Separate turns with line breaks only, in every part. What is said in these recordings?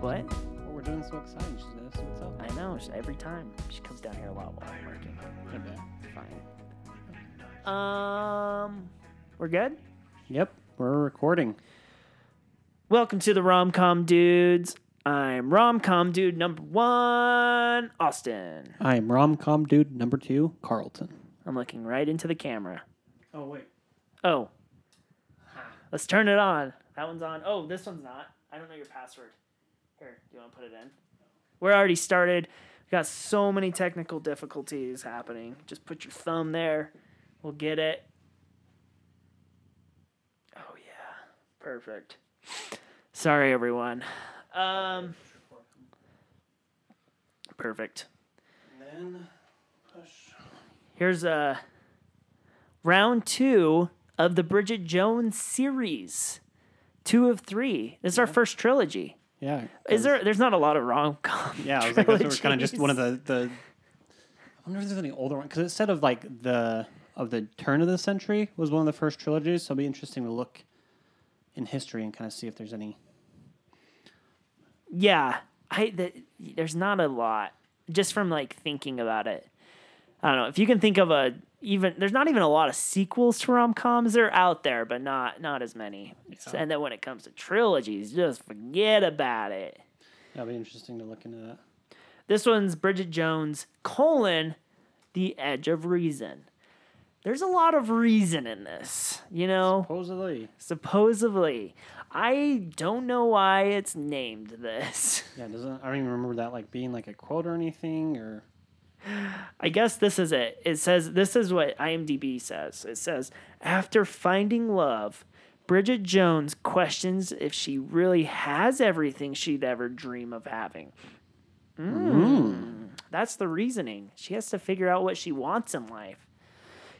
What?
Well, Oh, we're doing so exciting. She's gonna ask what's up.
I know. She, every time she comes down here a lot while I'm working.
Okay.
It's fine. Um, we're good.
Yep, we're recording.
Welcome to the Romcom Dudes. I'm Romcom Dude number one, Austin.
I'm rom-com dude number two, Carlton.
I'm looking right into the camera.
Oh wait.
Oh, let's turn it on. That one's on. Oh, this one's not. I don't know your password. Here, do you want to put it in? We're already started. We got so many technical difficulties happening. Just put your thumb there. We'll get it. Oh yeah, perfect. Sorry everyone. Um, perfect.
And then push.
Here's uh, round two of the Bridget Jones series, two of three. This is our first trilogy.
Yeah.
Is there? There's not a lot of rom com.
Yeah, I was like, that's kind of just one of the the. I wonder if there's any older one because it said of like the of the turn of the century was one of the first trilogies, so it'll be interesting to look in history and kind of see if there's any.
Yeah, I. The, there's not a lot. Just from like thinking about it, I don't know if you can think of a even. There's not even a lot of sequels to rom coms. They're out there, but not not as many. And then when it comes to trilogies, just forget about it.
That'll be interesting to look into that.
This one's Bridget Jones colon the edge of reason. There's a lot of reason in this, you know.
Supposedly,
Supposedly, I don't know why it's named this.
yeah. Doesn't I don't even remember that like being like a quote or anything or.
I guess this is it. It says this is what IMDb says. It says after finding love, Bridget Jones questions if she really has everything she'd ever dream of having. Mm. That's the reasoning. She has to figure out what she wants in life.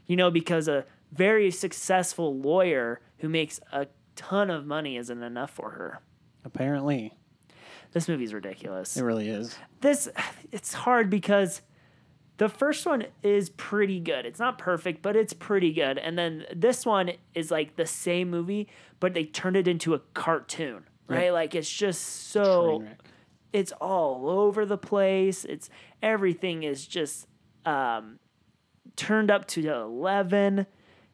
You know, because a very successful lawyer who makes a ton of money isn't enough for her.
Apparently,
This movie's ridiculous
it really is.
this it's hard because the first one is pretty good. It's not perfect, but it's pretty good. And then this one is like the same movie, but they turned it into a cartoon, right? Like it's just so
Train wreck.
it's all over the place. It's everything is just um, turned up to eleven.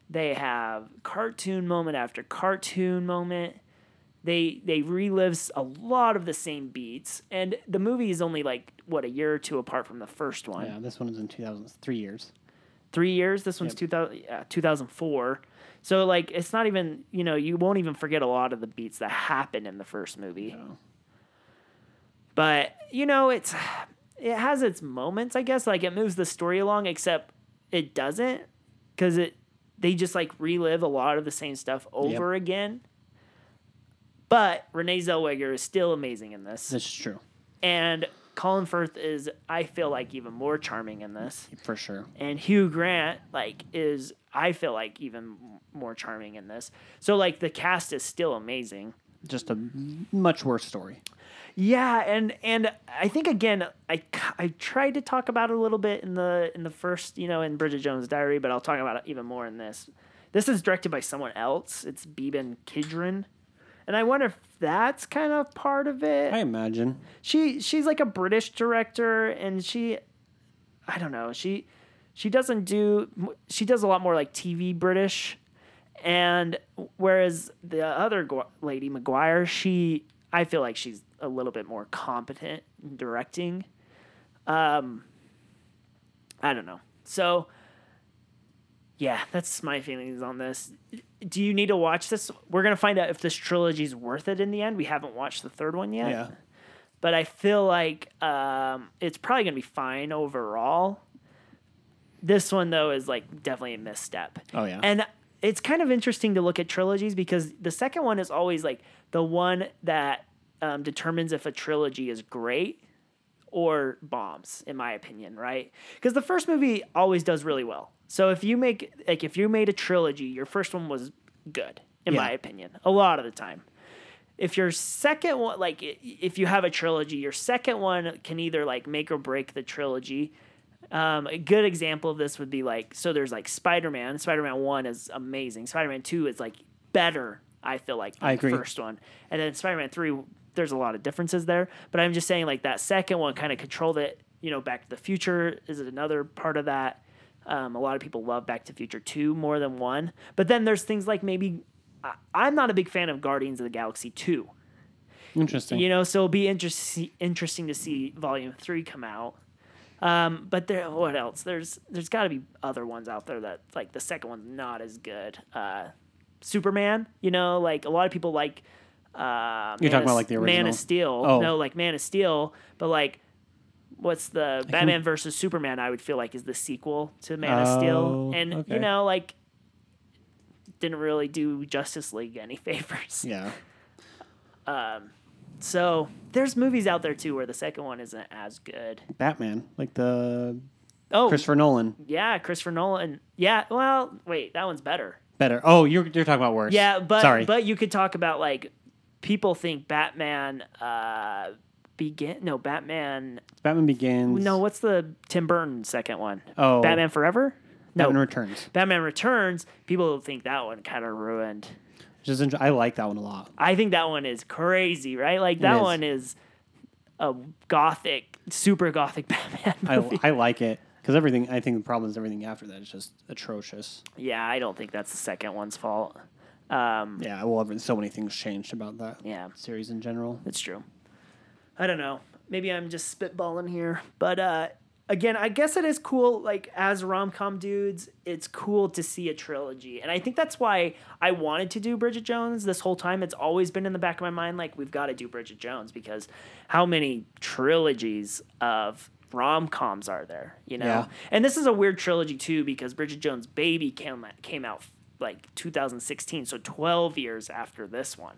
They have cartoon moment after cartoon moment. They they relives a lot of the same beats, and the movie is only like what a year or two apart from the first one.
Yeah, this one was in 2000, three years.
Three years. This one's two thousand uh, two thousand four. So like it's not even you know you won't even forget a lot of the beats that happened in the first movie.
No.
but you know it's it has its moments i guess like it moves the story along except it doesn't because it they just like relive a lot of the same stuff over again but renee zellweger is still amazing in this
This is true
and colin firth is i feel like even more charming in this
for sure.
and Hugh Grant like is I feel like even more charming in this. So like the cast is still amazing.
Just a much worse story.
Yeah, and and I think again, I, c- I tried to talk about it a little bit in the in the first, you know, in Bridget Jones' Diary, but I'll talk about it even more in this. This is directed by someone else. It's Beben Kidron, and I wonder if that's kind of part of it.
I imagine.
she she's like a British director, and she, I don't know, she she doesn't do she does a lot more like TV British, and whereas the other gu- lady McGuire, she I feel like she's a little bit more competent in directing. Um, I don't know. So yeah, that's my feelings on this. Do you need to watch this? We're gonna find out if this trilogy's worth it in the end. We haven't watched the third one yet
Yeah.
but I feel like um, it's probably gonna be fine overall. This one though is like definitely a misstep.
Oh, yeah.
and it's kind of interesting to look at trilogies because the second one is always like the one that um, determines if a trilogy is great or bombs, in my opinion, right? Because the first movie always does really well. So if you make like if you made a trilogy, your first one was good, in
Yeah.
my opinion, a lot of the time if your second one like i- if you have a trilogy your second one can either like make or break the trilogy um, a good example of this would be like so there's like spider-man spider-man 1 is amazing spider-man 2 is like better i feel like than
I
the
agree.
first one and then spider-man 3 there's a lot of differences there. But I'm just saying, like that second one kind of controlled it. You know, Back to the Future is another part of that. Um, a lot of people love Back to the Future two more than one. But then there's things like maybe I, I'm not a big fan of Guardians of the Galaxy two.
Interesting.
You know, so it'll be interesting interesting to see Volume Three come out. Um, but there, what else? There's there's got to be other ones out there that like the second one's not as good. Uh, Superman, you know, like a lot of people like. Uh,
You're
Man
talking
of-
about, like, the
Man
original?
of Steel.
Oh.
No, like Man of Steel, but like. What's the Batman versus Superman? I would feel like is the sequel to Man of Steel,
Oh,
and
okay.
you know, like, didn't really do Justice League any favors.
Yeah.
So there's movies out there too where the second one isn't as good.
Batman, like the
Oh,
Christopher Nolan,
yeah, Christopher Nolan. Yeah, well, wait, that one's better.
better. Oh, you're you're talking about worse.
Yeah, but
sorry.
but you could talk about like people think Batman uh begin no Batman
Batman Begins.
no what's the Tim Burton second one?
Oh.
Batman Forever? No.
Batman
Batman,
Returns.
Returns, people think that one kind of ruined.
Which is inter- I like that one a lot.
I think that one is crazy, right? Like that
is.
one is a gothic, super gothic Batman
I,
movie.
I like it because everything. I think the problem is everything after that is just atrocious.
yeah, I don't think that's the second one's fault. Um
Yeah, well, every- so many things changed about that
yeah.
series in general.
That's true. I don't know. Maybe I'm just spitballing here, but uh, again, I guess it is cool. Like as rom com dudes, it's cool to see a trilogy, and I think that's why I wanted to do Bridget Jones this whole time. It's always been in the back of my mind, like we've got to do Bridget Jones because how many trilogies of rom coms are there? You know,
Yeah.
and this is a weird trilogy too because Bridget Jones' Baby came came out like 2016, so 12 years after this one.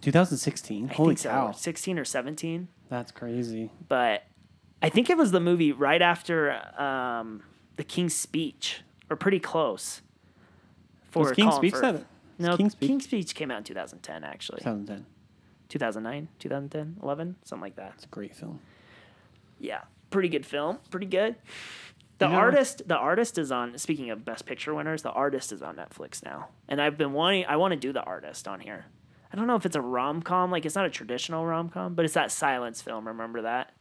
2016.
I
Holy
think so,
cow,
16 or 17
that's crazy.
but I think it was the movie right after um, the King's Speech, or pretty close. For
Was King's
Colin
Speech
Firth.
that?
No, King's
King's
Speech?
Speech?
came out in 2010, actually.
2010.
2009, 2010, 11, something like that.
It's a great film.
Yeah, pretty good film, pretty good. The
You know-
artist, the artist is on. Speaking of Best Picture winners, the artist is on Netflix now, and I've been wanting. I want to do the artist on here. I don't know if it's a rom com, like it's not a traditional rom com, but it's that silence film. Remember that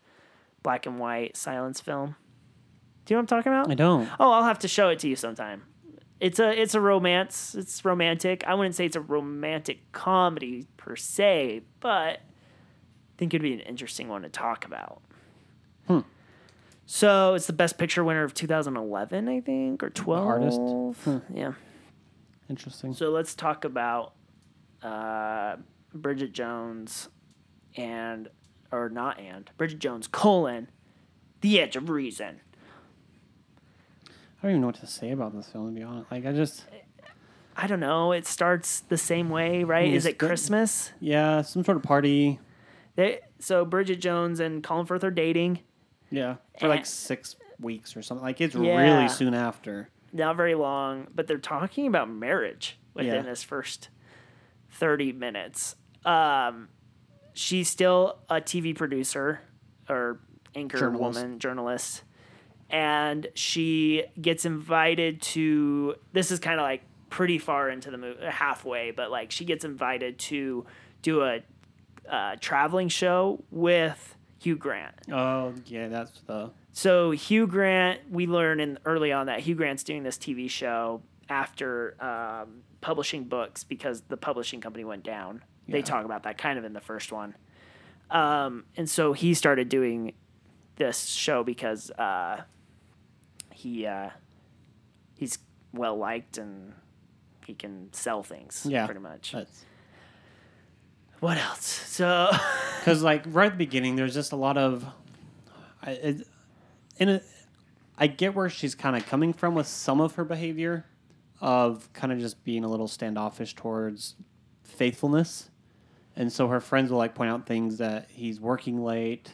black and white silence film? Do you know what I'm talking about?
I don't.
Oh, I'll have to show it to you sometime. It's a it's a romance. It's romantic. I wouldn't say it's a romantic comedy per se, but I think it'd be an interesting one to talk about. So it's the best picture winner of 2011, I think, or 12.
Artist?
Yeah.
Interesting.
So let's talk about uh, Bridget Jones and or not and Bridget Jones colon the edge of reason.
I don't even know what to say about this film. To be honest, like I just
I don't know. It starts the same way, right?
Yeah,
Is it
Mm, it's good.
Christmas?
yeah, some sort of party.
They, so Bridget Jones and Colin Firth are dating.
Yeah, for
Eh.
like six weeks or something. Like it's
Yeah.
really soon after.
Not very long, but they're talking about marriage within
Yeah.
this first thirty minutes. Um, she's still a TV producer or anchor
Journalist.
woman journalist, and she gets invited to. This is kind of like pretty far into the movie, halfway, but like she gets invited to do a uh, traveling show with Hugh Grant.
Oh yeah, that's the
So Hugh Grant, we learn in early on that Hugh Grant's doing this TV show after um, publishing books because the publishing company went down. They
Yeah.
talk about that kind of in the first one, um, and so he started doing this show because uh, he uh, he's well liked and he can sell things
yeah Uh,
pretty much.
That's
what else? So
because like right at the beginning there's just a lot of I, it, and it, I get where she's kind of coming from with some of her behavior of kind of just being a little standoffish towards faithfulness and so her friends will like point out things that he's working late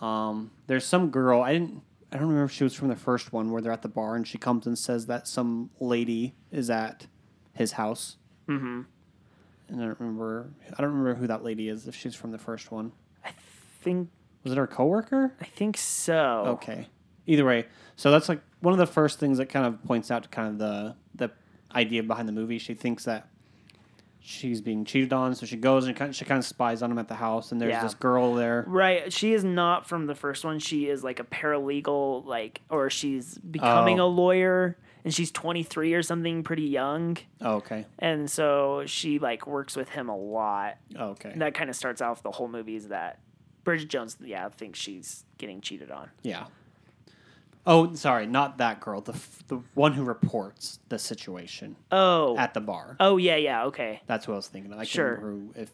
um, there's some girl i didn't i don't remember if she was from the first one where they're at the bar and she comes and says that some lady is at his house and i don't remember i don't remember who that lady is if she's from the first one
think
was it her coworker?
I think so.
Okay. Either way, so that's like one of the first things that kind of points out to kind of the the idea behind the movie. She thinks that she's being cheated on. So she goes and kind she kind of spies on him at the house, and there's
Yeah.
this girl there.
Right. She is not from the first one. She is like a paralegal, like, or she's becoming
Oh.
a lawyer and she's 23 or something, pretty young.
Oh, okay,
And so she like works with him a lot.
oh, okay,
And that kind of starts off the whole movie is that Bridget Jones, yeah, thinks she's getting cheated on.
yeah. Oh, sorry, not that girl. The f- the one who reports the situation
Oh.
at the bar.
oh, yeah, yeah. Okay.
That's what I was thinking. of. I
Sure.
can't remember who- if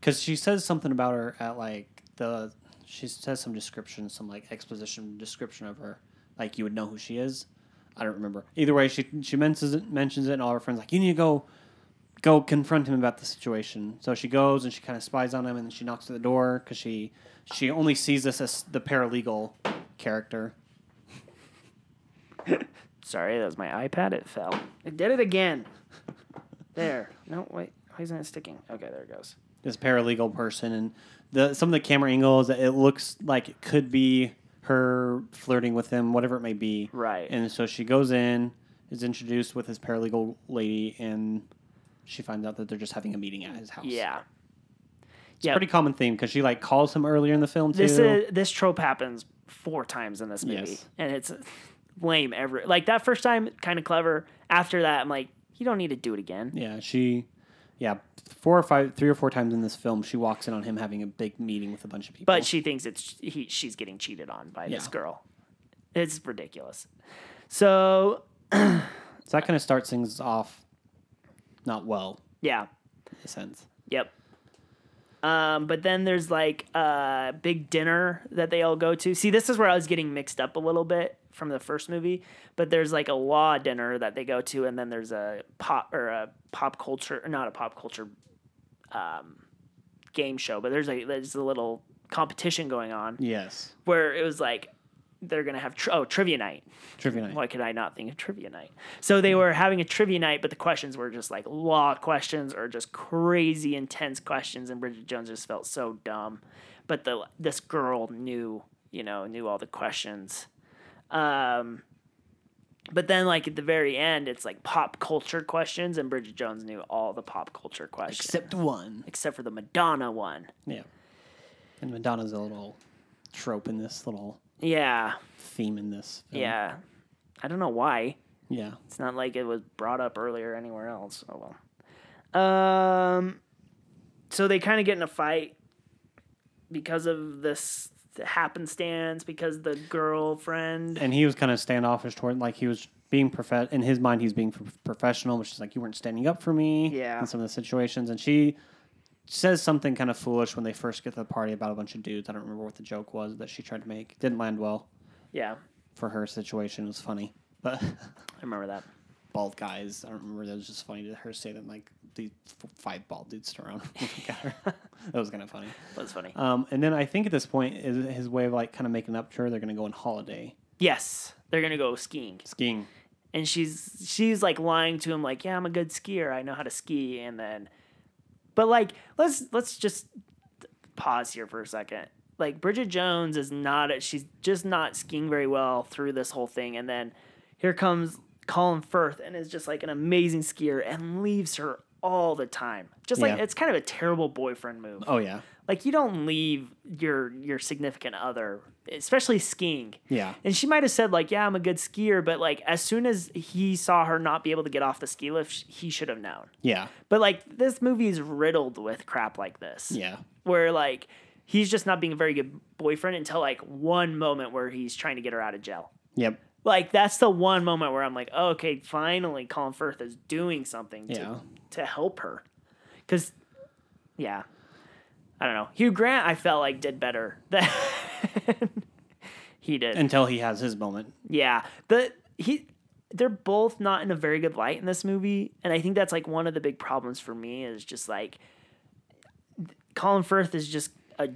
because she says something about her at like the she says some description, some like exposition description of her, like you would know who she is. I don't remember. Either way, she she mentions it, mentions it, and all her friends like you need to go go confront him about the situation. So she goes and she kind of spies on him, and she knocks at the door because she she only sees this as the paralegal character.
Sorry, that was my iPad. It fell. It did it again. There. No, wait. Why isn't it sticking? Okay, there it goes.
this paralegal person and the some of the camera angles it looks like it could be her flirting with him whatever it may be
Right.
and so she goes in is introduced with his paralegal lady and she finds out that they're just having a meeting at his house
Yeah.
it's a pretty common theme because she like calls him earlier in the film too
This is this trope happens four times in this movie,
Yes.
and it's lame. Every like that first time, kind of clever. After that, I'm like, you don't need to do it again.
yeah she yeah four or five three or four times in this film she walks in on him having a big meeting with a bunch of people
But she thinks it's he, she's getting cheated on by this
Yeah.
girl. It's ridiculous. So
so that kind of starts things off not well
yeah,
in a sense
yep. Um, but then there's like a big dinner that they all go to. See, this is where I was getting mixed up a little bit from the first movie. But there's like a law dinner that they go to, and then there's a pop or a pop culture, not a pop culture um, game show, but there's a there's a little competition going on
yes
where it was like they're gonna have tri- oh trivia night.
trivia night
Why could I not think of trivia night? So they were having a trivia night, but the questions were just like law questions or just crazy intense questions, and Bridget Jones just felt so dumb. But the this girl knew you know knew all the questions. Um, but then like at the very end, it's like pop culture questions, and Bridget Jones knew all the pop culture questions
except one.
except for the Madonna one.
Yeah. And Madonna's a little trope in this little
Yeah,
theme in this. film.
yeah. I don't know why.
Yeah.
It's not like it was brought up earlier anywhere else. Oh well. Um, so they kind of get in a fight because of this happenstance, because the girlfriend.
And he was kind of standoffish toward like he was being prof in his mind he's being pro- professional, which is like you weren't standing up for me
Yeah.
in some of the situations and she says something kind of foolish when they first get to the party about a bunch of dudes. I don't remember what the joke was that she tried to make. Didn't land well
Yeah,
for her situation. It was funny. But
I remember that.
bald guys, I don't remember that was just funny to her say that like these f- five bald dudes stood around looking at her. that was kind of funny.
That was funny.
Um, and then I think at this point is his way of like kind of making up to her. They're going to go on holiday
yes, they're gonna go skiing,
skiing.
and she's she's like lying to him, like, "Yeah, I'm a good skier. I know how to ski." And then, but like, let's let's just pause here for a second. Like Bridget Jones is not she's just not skiing very well through this whole thing and then here comes Colin Firth and is just like an amazing skier and leaves her all the time. Just like
Yeah.
it's kind of a terrible boyfriend move.
Oh yeah,
Like you don't leave your your significant other, especially skiing.
yeah,
And she might have said like, "Yeah, I'm a good skier," but like as soon as he saw her not be able to get off the ski lift, sh- he should have known.
yeah,
But like this movie is riddled with crap like this
yeah,
where like he's just not being a very good boyfriend until like one moment where he's trying to get her out of jail.
yep,
Like that's the one moment where I'm like, oh, okay, finally Colin Firth is doing something to
Yeah.
to help her. Cause yeah. I don't know. Hugh Grant I felt like did better than he did.
Until he has his moment.
Yeah, the he they're both not in a very good light in this movie, and I think that's like one of the big problems for me is just like Colin Firth is just a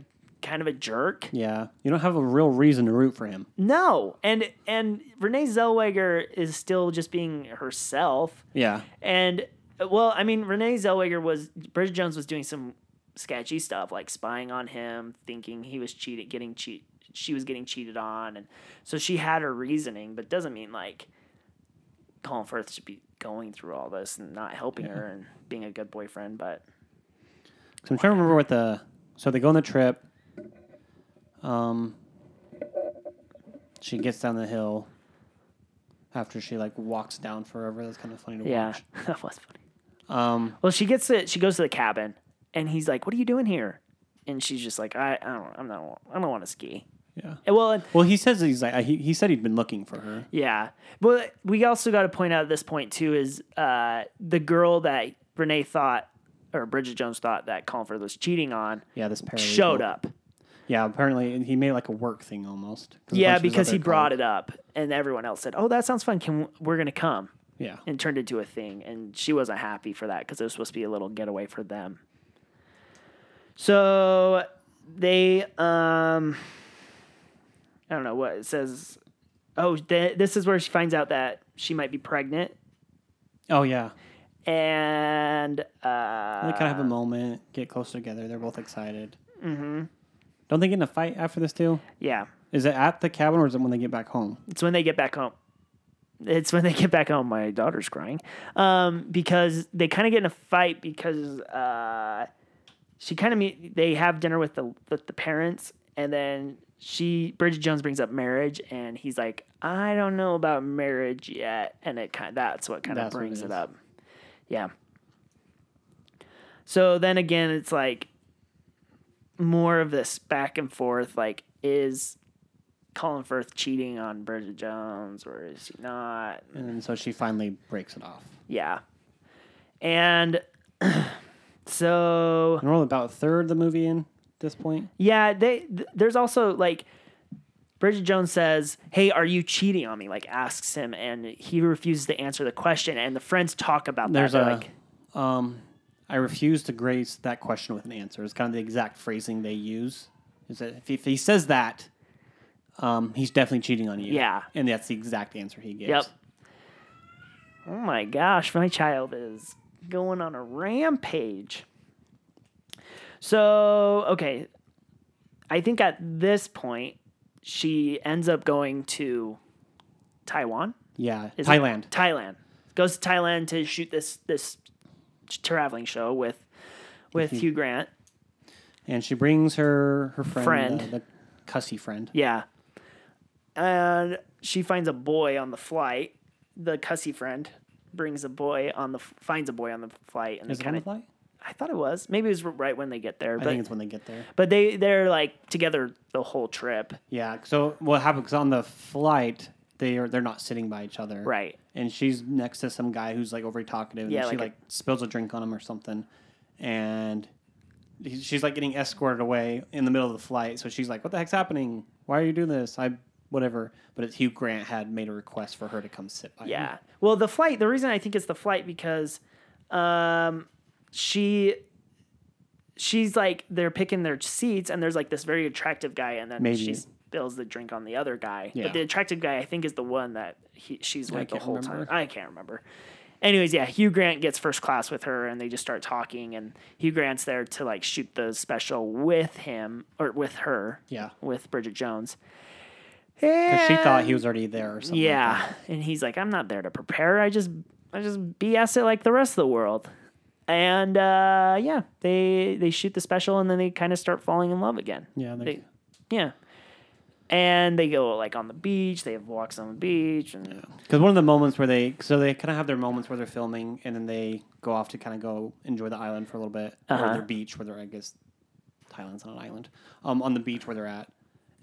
kind of a jerk.
Yeah, you don't have a real reason to root for him.
No, and and Renee Zellweger is still just being herself,
Yeah,
and well, I mean Renee Zellweger was Bridget Jones was doing some sketchy stuff like spying on him, thinking he was cheated, getting cheat. She was getting cheated on, and so she had her reasoning, but doesn't mean like Colin Firth should be going through all this and not helping her and being a good boyfriend. But
So I'm trying to remember what the. So they go on the trip. Um, she gets down the hill. After she like walks down forever, that's kind of funny to
yeah,
watch.
that was funny.
Um,
Well, she gets it. She goes to the cabin, and he's like, "What are you doing here?" And she's just like, "I, I don't, I'm not, I don't want to ski."
yeah.
And well, and,
Well, he says he's like he, he said he'd been looking for her.
yeah. Well, we also got to point out at this point too is uh, the girl that Renee thought or Bridget Jones thought that Comfort was cheating on
Yeah, this paralegal
showed up.
Yeah, apparently and he made like a work thing almost.
Yeah, because he brought it up, and everyone else said, "Oh, that sounds fun. Can we're gonna come?"
Yeah,
And turned into a thing, and she wasn't happy for that because it was supposed to be a little getaway for them. So they, um, I don't know what it says. Oh, th- this is where she finds out that she might be pregnant,
Oh yeah,
and uh,
they kind of have a moment, get close together. They're both excited. Mm-hmm. Don't they get in a fight after this too?
yeah,
Is it at the cabin or is it when they get back home?
It's when they get back home. It's when they get back home. My daughter's crying um, because they kind of get in a fight because uh, she kind of meet. They have dinner with the with the parents, and then she Bridget Jones brings up marriage, and he's like, "I don't know about marriage yet," and it kind that's what kind of
That's what it
brings it,
is.
up. Yeah. So then again, it's like more of this back and forth. Like, is Colin Firth cheating on Bridget Jones or is he not?
And then so she finally breaks it off.
Yeah. And so
And we're only about a third of the movie in at this point.
yeah, they th- there's also like Bridget Jones says, "Hey, are you cheating on me?" like asks him and he refuses to answer the question and the friends talk about that.
There's
They're
a-
like
Um, I refuse to grace that question with an answer. It's kind of the exact phrasing they use. Is that if he, if he says that, um, he's definitely cheating on you.
Yeah.
and that's the exact answer he gives.
Yep. Oh my gosh, my child is going on a rampage. So, okay. I think at this point, she ends up going to Taiwan.
Yeah,
Is it-
Thailand.
Thailand. Goes to Thailand to shoot this this traveling show with with Hugh Grant.
And she brings her her friend, uh,
Friend.
The, the cussy friend.
Yeah. And she finds a boy on the flight. The cussy friend brings a boy on the finds a boy on the flight and
Is
they
it on
kind
the
of
flight?
I thought it was. Maybe it was right when they get there,
I
but
think it's when they get there.
but they they're like together the whole trip,
Yeah. So what happens on the flight? They are they're not sitting by each other.
right?
and she's next to some guy who's like over talkative and
Yeah,
she
like
like,
a-
spills a drink on him or something and he- she's like getting escorted away in the middle of the flight so she's like what the heck's happening why are you doing this i whatever but it's hugh grant had made a request for her to come sit by him.
Yeah. Mm. Well, the flight. The reason I think it's the flight because um, she she's like they're picking their seats and there's like this very attractive guy and then
Maybe.
she spills the drink on the other guy.
Yeah.
But the attractive guy I think is the one that he, she's with the
can't
whole
remember.
time. I can't remember. Anyways, yeah, Hugh Grant gets first class with her and they just start talking and Hugh Grant's there to like shoot the special with him or with her.
Yeah.
With Bridget Jones.
'Cause she thought
And-
he was already there or something like
yeah,
that.
and he's like, "I'm not there to prepare. I just, I just BS it like the rest of the world." And uh, yeah, they they shoot the special, and then they kind of start falling in love again.
yeah they,
They, yeah, and they go like on the beach. They have walks on the beach, and
Because one of the moments where they, so they kind of have their moments where they're filming, and then they go off to kind of go enjoy the island for a little bit,
Uh-huh.
or their beach where they're, I guess, Thailand's not an island, um, on the beach where they're at,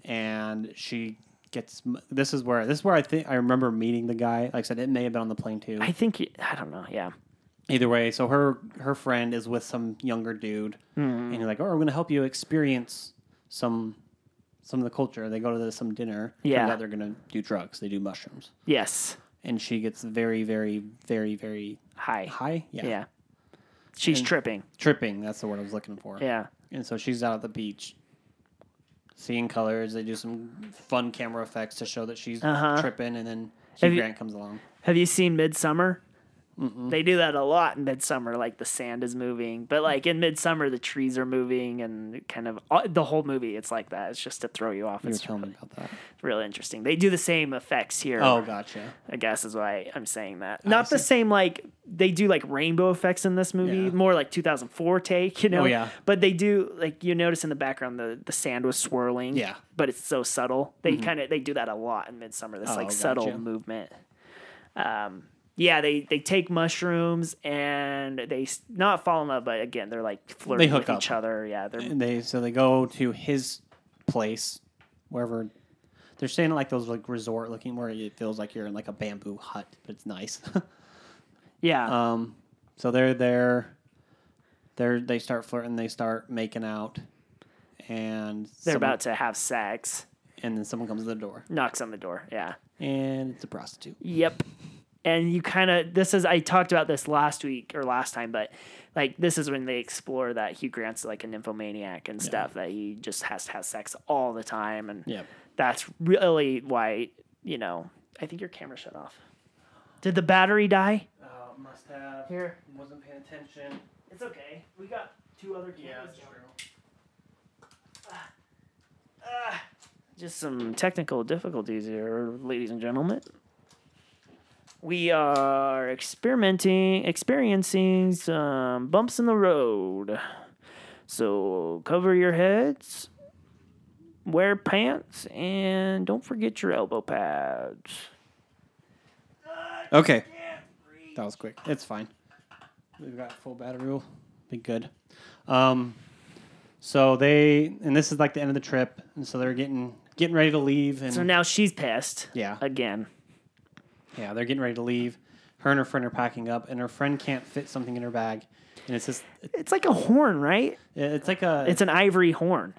and she gets. m- This is where this is where I think I remember meeting the guy. Like I said, it may have been on the plane too.
I think I don't know. Yeah,
Either way, so her her friend is with some younger dude, and
Hmm.
he's like, "Oh, I'm going to help you experience some." Some of the culture. They go to the, some dinner.
Yeah.
Turns out they're gonna do drugs. They do mushrooms
yes,
and she gets very, very, very, very
hi,
high. Yeah.
yeah. She's tripping.
Tripping. That's the word I was looking for.
Yeah,
And so she's out at the beach, seeing colors. They do some fun camera effects to show that she's
Uh-huh.
tripping, and then
Have
Hugh
you-
Grant comes along.
have you seen Midsummer? They do that a lot in Midsummer. Like the sand is moving, but like in Midsummer, the trees are moving, and kind of uh, the whole movie. It's like that. It's just to throw you off.
You were
It's
telling me about that.
really interesting. They do the same effects here.
Oh, gotcha.
I guess is why I'm saying that. Not the same like they do like rainbow effects in this movie,
Yeah.
more like 2004 take, you know.
Oh, yeah.
But they do like you notice in the background the the sand was swirling.
Yeah. Mm-hmm.
But it's so subtle. They kind of they do that a lot in Midsummer. This
Oh,
like subtle
gotcha.
movement. Um. Yeah, they, they take mushrooms and they s- not fall in love, but again they're like flirting
hook
with each
up.
other. Yeah, they're
And they so they go to his place, wherever. They're staying at like those like resort looking where it feels like you're in like a bamboo hut, but it's nice.
yeah.
Um, so they're there. They're they start flirting. They start making out, and
they're
someone-
about to have sex.
And then someone comes to the door,
Knocks on the door. Yeah.
and it's a prostitute.
Yep. And you kind of this is I talked about this last week or last time, but like this is when they explore that Hugh Grant's like a nymphomaniac and stuff that he just has to have sex all the time, and
Yep.
that's really why you know I think your camera shut off. Did the battery die?
Uh, must have.
Here.
Wasn't paying attention.
It's okay. We got two other cameras. Just some technical difficulties here, ladies and gentlemen. We are experimenting, experiencing some bumps in the road. So cover your heads, wear pants, and don't forget your elbow pads.
Okay. That was quick. It's fine. We've got full battery. We'll be good. Um, so they and this is like the end of the trip, and so they're getting getting ready to leave, and
So now she's pissed.
Yeah.
Again.
yeah, they're getting ready to leave. Her and her friend are packing up, and her friend can't fit something in her bag, and it's just
It's like a horn, right?
it's like a
It's an ivory horn.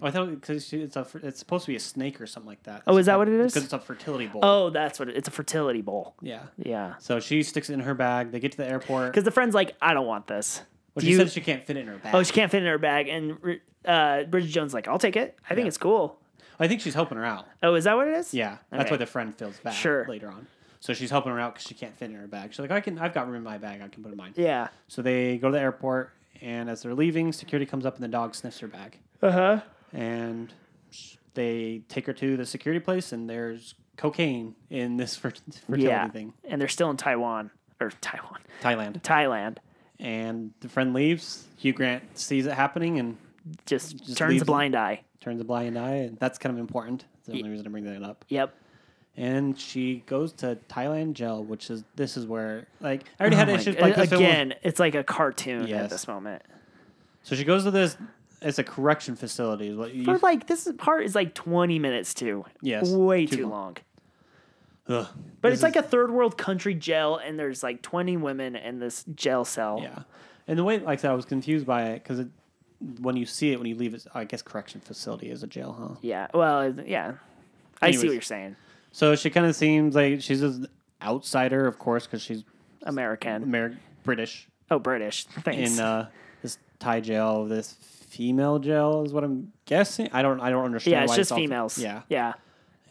oh, I thought because it's a it's supposed to be a snake or something like that.
Oh, is that what it is?
Because it's a fertility bowl.
Oh, that's what it, it's a fertility bowl.
yeah.
Yeah.
So she sticks it in her bag. They get to the airport.
Because the friend's like, I don't want this.
well,
Do
she
you-
said she can't fit it in her bag.
Oh, she can't fit in her bag. And uh, Bridget Jones like, I'll take it. I think it's cool.
I think she's helping her out.
Oh, is that what it is?
Yeah, that's
Okay.
why the friend feels bad
Sure.
later on. So she's helping her out because she can't fit in her bag. She's like, I can, I've got room in my bag. I can put it in mine.
Yeah.
So they go to the airport, and as they're leaving, security comes up and the dog sniffs her bag,
Uh
Uh-huh.
huh.
and sh- they take her to the security place, and there's cocaine in this fer- fertility
Yeah.
thing,
And they're still in Taiwan or Taiwan,
Thailand.
Thailand.
And the friend leaves. Hugh Grant sees it happening and
Just,
Just
turns
leaves
a
it.
blind eye.
turns a blind eye, and that's kind of important. That's the only reason I bring that up.
Yep.
and she goes to Thailand jail, which is this is where like I already had
Oh my
issues
g-
like this film was-
Again, it's like a cartoon at
Yes.
this moment.
So she goes to this. It's a correction facility. Is what you,
But like this part is like twenty minutes too.
Yes.
Way
Too
too,
long.
long.
ugh,
But
This
it's like a third world country jail, and there's like twenty women in this jail cell.
is- yeah. And the way like I said, I was confused by it because it, when you see it when you leave it, I guess correction facility is a jail, huh?
Yeah. Well, yeah. I see
Anyways.
what you're saying.
So she kind of seems like she's an outsider, of course, because she's
American.
American, British
Oh, British. Thanks.
in uh, this Thai jail, this female jail is what I'm guessing. I don't, I don't understand.
yeah,
why
it's just
all-
females.
Yeah,
Yeah.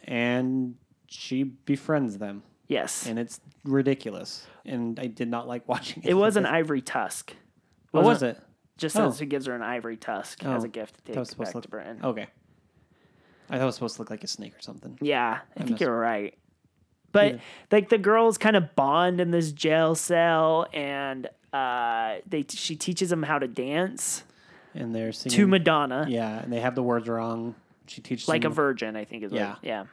and she befriends them.
Yes.
and it's ridiculous. And I did not like watching it.
it was an ivory tusk.
What was
wasn't-
it?
Just
Oh.
says he gives her an ivory tusk as
Oh.
a gift to
That was
take
supposed
back
to
to,
look- oh.
Britain.
Okay. I thought it was supposed to look like a snake or something.
Yeah, I, think
missed
you're right. But
Yeah.
like the girls kind of bond in this jail cell, and uh, they she teaches them how to dance
And they're singing.
to Madonna.
Mm. yeah, and they have the words wrong. She teaches
like a
them-
virgin, I think is what,
Yeah.
yeah,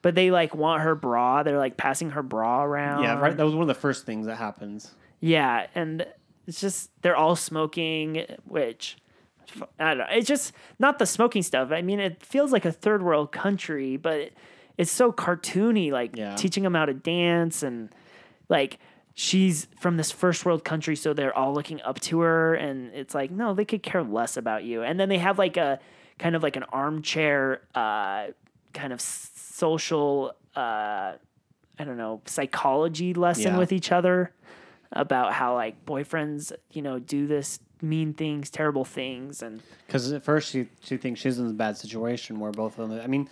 But they like want her bra. They're like passing her bra around.
Yeah, right. That was one of the first things that happens.
Yeah, and it's just they're all smoking, which I don't know. It's just not the smoking stuff. I mean, it feels like a third world country, but it's so cartoony, like
Yeah.
teaching them how to dance and like she's from this first world country, so they're all looking up to her, and it's like no, they could care less about you. And then they have like a kind of like an armchair, uh, kind of s- social. Uh, I don't know, psychology lesson
Yeah.
with each other about how like boyfriends, you know, do this mean things, terrible things and
Because at first she she thinks she's in a bad situation where both of them. I mean,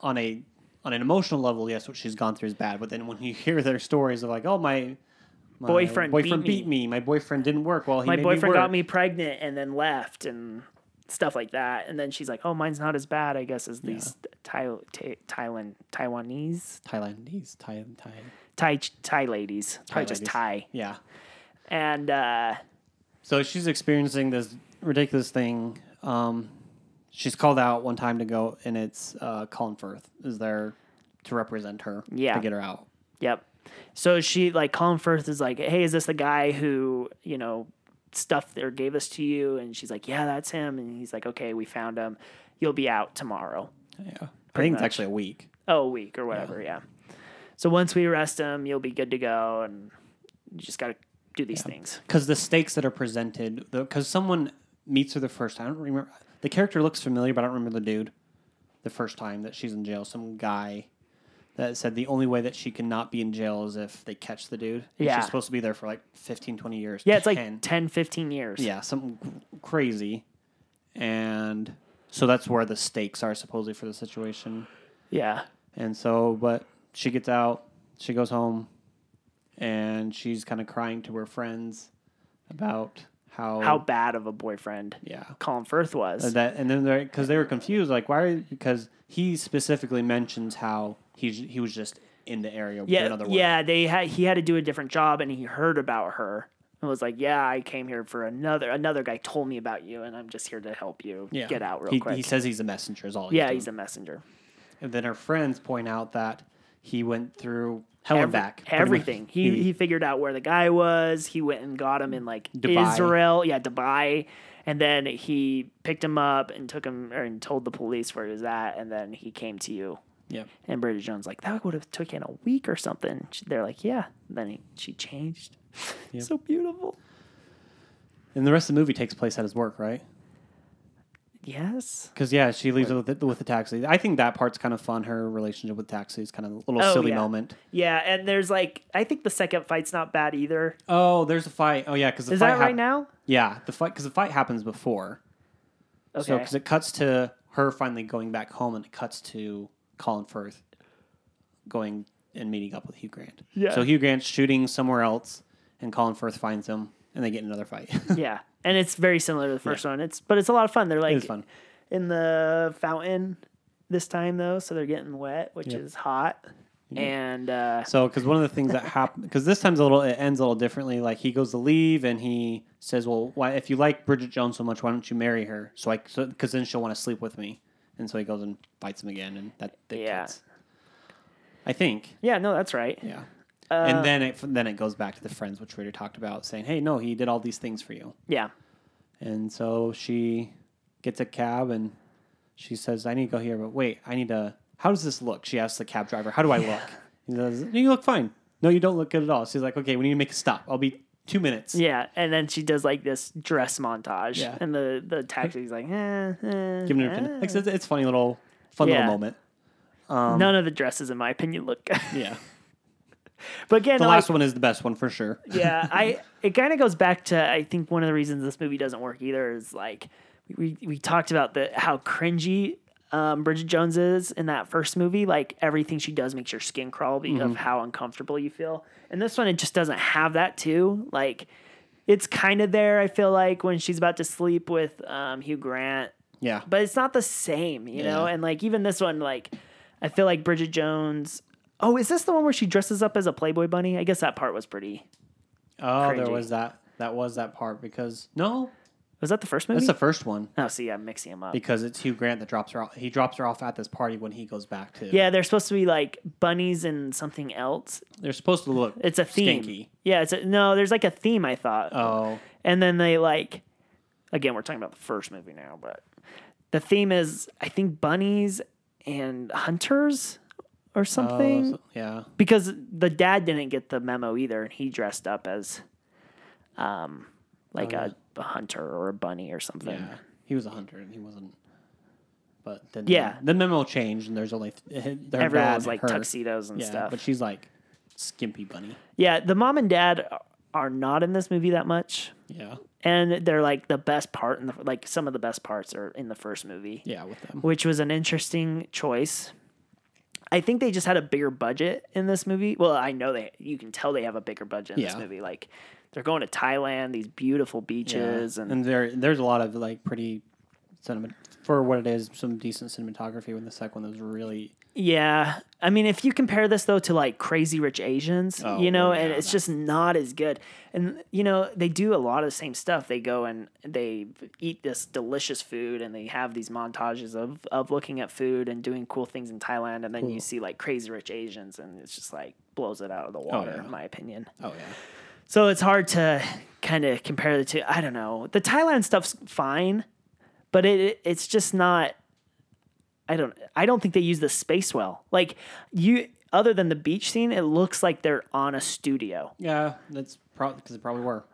on a on an emotional level, yes, what she's gone through is bad. But then when you hear their stories of like, oh my, my
Boyfriend beat
boyfriend beat me. my boyfriend didn't work, well he
my
made
boyfriend
me work.
got me pregnant and then left and stuff like that. And then she's like, "Oh, mine's not as bad, I guess, as these Thai, Thai, Thailand, Taiwanese,
Thailandese, Thai, Thai,
Thai, Thai ladies, probably just
ladies.
Thai."
yeah.
And uh,
So she's experiencing this ridiculous thing. Um, she's called out one time to go, and it's uh, Colin Firth is there to represent her.
Yeah.
to get her out.
Yep. So she like Colin Firth is like, "Hey, is this the guy who you know stuffed or gave this to you?" And she's like, "Yeah, that's him." And he's like, "Okay, we found him. You'll be out tomorrow.
Yeah, I think
much.
it's actually a week.
Oh, a week or whatever. Yeah. So once we arrest him, you'll be good to go, and you just got to do these things.
because the stakes that are presented because someone meets her the first time i don't remember the character looks familiar but i don't remember the dude the first time that she's in jail some guy that said the only way that she can not be in jail is if they catch the dude And
Yeah.
she's supposed to be there for like 15 20 years
Yeah, it's
10.
like 10, 15 years.
yeah something cr- crazy and so that's where the stakes are supposedly for the situation
Yeah.
and so, but she gets out, she goes home, and she's kind of crying to her friends about how
How bad of a boyfriend
yeah
Colin Firth was.
that, and then they're because they were confused, like why? Are you, because he specifically mentions how he he was just in the area. with
yeah,
another woman.
yeah, they had he had to do a different job, and he heard about her and was like, "Yeah, I came here for another. Another guy told me about you, and I'm just here to help you
yeah.
get out real
he,
quick."
He says he's a messenger. Is all.
yeah,
doing.
he's a messenger.
And then her friends point out that he went through hell and
Every-
back. pretty much.
Everything. He, he figured out where the guy was. He went and got him in like
Dubai.
Israel. Yeah, Dubai. And then he picked him up and took him or, and told the police where he was at. And then he came to you.
yeah.
And Bridget Jones like that would have taken a week or something. She- They're like, yeah. And then he, she changed. so beautiful.
And the rest of the movie takes place at his work, right?
Yes.
Because yeah, she leaves with the, with the taxi. I think that part's kind of fun. Her relationship with taxi is kind of a little
Oh,
silly
yeah.
moment.
Yeah. And there's like, I think the second fight's not bad either.
Oh, there's a fight. Oh yeah, because
Is that right now?
Yeah, the fight because the fight happens before.
Okay.
So because it cuts to her finally going back home, and it cuts to Colin Firth going and meeting up with Hugh Grant.
Yeah.
So Hugh Grant's shooting somewhere else, and Colin Firth finds him, and they get in another fight.
yeah. And it's very similar to the first one. It's but it's a lot of fun. They're like
is fun.
in the fountain this time though, so they're getting wet, which is hot. And uh,
So, because one of the things that happened, because this time's a little, it ends a little differently. Like he goes to leave, and he says, "Well, why if you like Bridget Jones so much, why don't you marry her? So I, because then she'll want to sleep with me." And so he goes and fights him again, and that they
Yeah.
cuts. I think,
yeah, no, that's right.
yeah.
Uh,
and then it then it goes back to the friends, which we already talked about, saying, "Hey, no, he did all these things for you."
Yeah.
And so she gets a cab, and she says, "I need to go here, but wait, I need to." How does this look? She asks the cab driver, "How do I look?" He says, "You look fine." No, you don't look good at all. She's like, "Okay, we need to make a stop. I'll be two minutes."
Yeah. And then she does like this dress montage.
Yeah.
And the, the taxi's like, eh, eh,
Giving her
eh.
opinion. Like, it's, it's a funny little, fun
Yeah.
little moment. Um,
none of the dresses in my opinion look good.
Yeah,
but again,
the
like,
last one is the best one for sure.
yeah, I it kind of goes back to I think one of the reasons this movie doesn't work either is like we we talked about the how cringy um, Bridget Jones is in that first movie. Like everything she does makes your skin crawl be
Mm-hmm.
of how uncomfortable you feel. And this one it just doesn't have that too. Like it's kind of there. I feel like when she's about to sleep with um, Hugh Grant
Yeah,
but it's not the same, you know.
Yeah.
And like even this one, like I feel like Bridget Jones. Oh, is this the one where she dresses up as a Playboy bunny? I guess that part was pretty.
oh,
cringy.
there was that. That was that part because no,
Was that the first
that's
movie?
the first one
oh, see, I'm mixing them up.
because it's Hugh Grant that drops her. off. He drops her off at this party when he goes back to.
yeah, they're supposed to be like bunnies and something else.
they're supposed to look.
It's a theme.
Stinky.
Yeah, it's a, no. There's like a theme. I thought.
Oh,
And then they like, again, we're talking about the first movie now, but the theme is I think bunnies and hunters or
oh,
something.
so- yeah.
because the dad didn't get the memo either, and he dressed up as, um, like a, a hunter or a bunny or something.
Oh, Yeah, he was a hunter, and he wasn't. But then
Yeah.
the, memo changed, and there's only th- her
Everyone
dad,
was like
her.
tuxedos and
yeah,
stuff.
But she's like skimpy bunny.
yeah, the mom and dad are not in this movie that much,
Yeah,
and they're like the best part in the like some of the best parts are in the first movie,
yeah, with them.
which was an interesting choice. I think they just had a bigger budget in this movie. Well, I know they you can tell they have a bigger budget in this
Yeah.
movie. Like they're going to Thailand, these beautiful beaches and,
and there there's a lot of like pretty cinema for what it is some decent cinematography when the second one was really
yeah. I mean, if you compare this though to like Crazy Rich Asians,
Oh,
you know,
well,
and
yeah,
it's
no.
just not as good. And you know, they do a lot of the same stuff. They go and they eat this delicious food and they have these montages of of looking at food and doing cool things in Thailand and then you see like Crazy Rich Asians and it's just like blows it out of the water
Oh, yeah.
in my opinion.
oh yeah
So it's hard to kind of compare the two. I don't know. The Thailand stuff's fine, but it- it it's just not. I don't. I don't think they use the space well. Like you, other than the beach scene, it looks like they're on a studio.
yeah that's probably because they probably were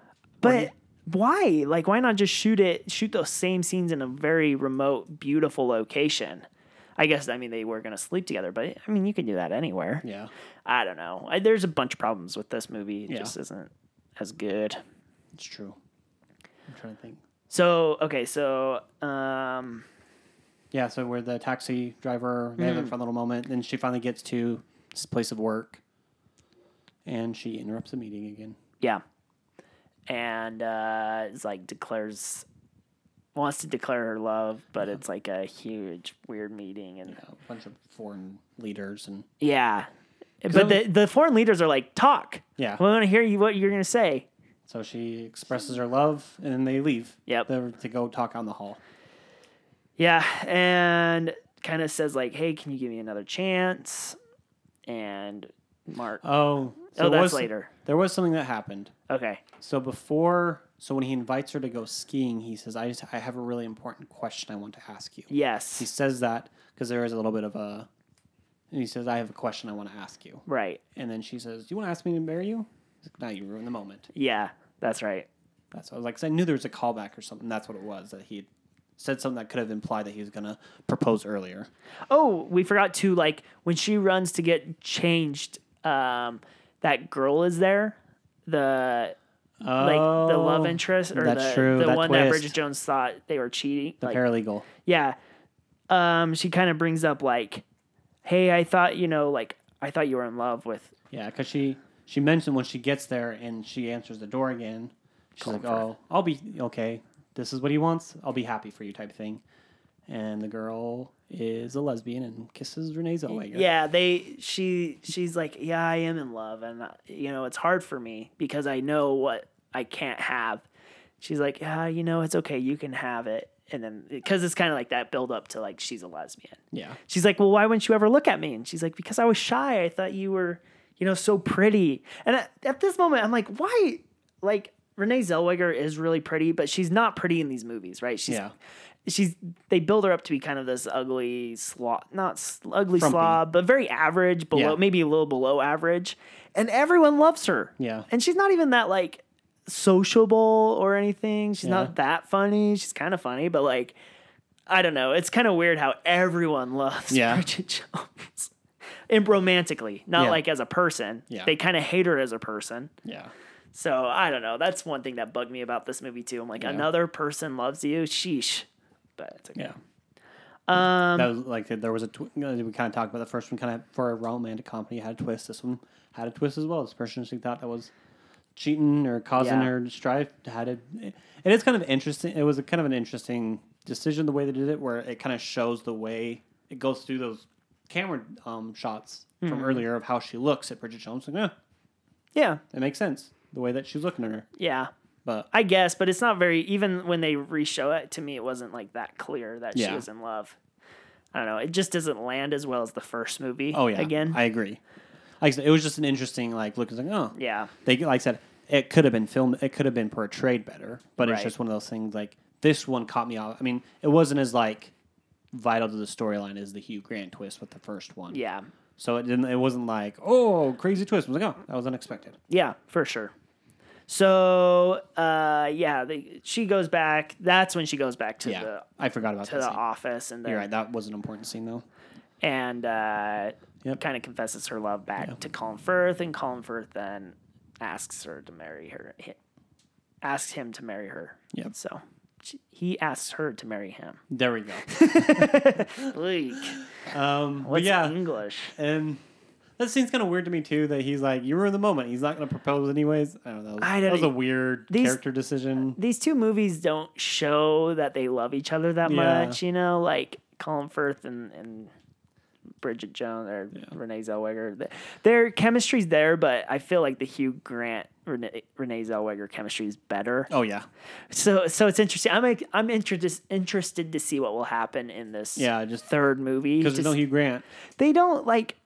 But why? Like why not just shoot it? Shoot those same scenes in a very remote, beautiful location. I guess I mean they were gonna sleep together, but I mean you can do that anywhere.
yeah
I don't know. I, there's a bunch of problems with this movie. It
Yeah.
just isn't as good.
it's true I'm trying to think
So okay, so um,
yeah so where the taxi driver they have a fun little moment then she finally gets to this place of work and she interrupts the meeting again
yeah, and uh, it's like declares wants to declare her love, but it's like a huge weird meeting, and
yeah, a bunch of foreign leaders and
yeah, but the the foreign leaders are like talk.
yeah
We want to hear you what you're gonna say.
so she expresses her love and then they leave
Yep.
They're to go talk on the hall
Yeah, and kind of says like, hey, can you give me another chance? And Mark,
Oh,
oh,
there
that's
was-
later.
There was something that happened.
Okay,
So before, so when he invites her to go skiing, he says, "I just I have a really important question I want to ask you." He
yes,
says that because there is a little bit of a. And he says, "I have a question I want to ask you,"
right,
and then she says, "Do you want to ask me to marry you?" He's like, now you ruined the moment.
yeah, that's right.
That's what I was like. 'cause I knew there was a callback or something. That's what it was that he had said something that could have implied that he was gonna propose earlier.
Oh, we forgot to like when she runs to get changed. Um, that girl is there, the like the
Oh,
love interest or
that's
the
true,
the
that
one that
twist.
Bridget Jones thought they were cheating. like,
paralegal.
yeah, um, she kind of brings up like, "Hey, I thought you know, like I thought you were in love with."
Yeah, because she she mentioned when she gets there and she answers the door again, she's like,
Comfort.
"Oh, I'll be okay. This is what he wants. I'll be happy for you," type thing. And the girl is a lesbian and kisses Renee Zellweger.
Yeah, they she she's like, "Yeah, I am in love, and uh, you know it's hard for me because I know what I can't have." She's like, "Yeah, you know it's okay, you can have it." And then, because it's kind of like that build up to like she's a lesbian.
yeah,
She's like, "Well, why wouldn't you ever look at me?" And she's like, "Because I was shy. I thought you were, you know, so pretty." And at, at this moment, I'm like, "Why?" Like Renee Zellweger is really pretty, but she's not pretty in these movies, right? She's
Yeah.
she's they build her up to be kind of this ugly slob, not s- ugly
Frumpy.
slob, but very average, below
Yeah.
maybe a little below average. And everyone loves her.
Yeah.
And she's not even that like sociable or anything. She's
Yeah.
not that funny. She's kind of funny, but like I don't know. It's kind of weird how everyone loves
Yeah.
Bridget Jones. And romantically, not
Yeah.
like as a person.
Yeah.
They kind of hate her as a person.
yeah,
So I don't know. That's one thing that bugged me about this movie too. I'm like, another person loves you. Sheesh. But it's okay.
yeah. Um, that was like there was a tw- you know, we kind of talked about the first one kind of for a romantic comedy had a twist. This one had a twist as well. This person she thought that was cheating or causing
Yeah.
her strife had a, it is kind of interesting. It was a kind of an interesting decision the way they did it, where it kind of shows the way it goes through those camera um, shots
Hmm.
from earlier of how she looks at Bridget Jones. Like, yeah,
yeah,
it makes sense the way that she's looking at her.
yeah.
But
I guess, but it's not very. Even when they re-show it to me, it wasn't like that clear that she
Yeah.
was in love. I don't know. It just doesn't land as well as the first movie.
oh yeah,
again,
I agree. Like I said, it was just an interesting like look. It's like oh
yeah,
they like I said it could have been filmed it could have been portrayed better but
Right.
it's just one of those things like this one caught me off i mean it wasn't as like vital to the storyline as the hugh grant twist with the first one
yeah,
so it didn't it wasn't like oh crazy twist i was like oh that was unexpected
yeah, for sure. So, uh, yeah, they, she goes back. That's when she goes back to
yeah
the
i forgot about
to the
that scene.
office, and then
you're right that was an important scene though
and uh,
Yep.
kind of confesses her love back to Colin Firth, and Colin Firth then asks her to marry her, he- asks him to marry her.
Yep.
So she, he asks her to marry him.
there we go
Like,
Um, but
What's
yeah,
English?
and that seems kind of weird to me too. That he's like, you were in the moment. He's not going to propose anyways. I don't know.
I
that
don't
was a
e-
weird
These-
character decision.
These two movies don't show that they love each other that
Yeah.
much, you know, like Colin Firth and, and Bridget Jones or Renee Zellweger. Th- Their chemistry's there, but I feel like the Hugh Grant Renee, Renee Zellweger chemistry is better.
Oh yeah,
So so it's interesting. I'm like, I'm interested interested to see what will happen in this
Yeah, just-
third movie
because
Just-
there's no Hugh Grant.
they don't like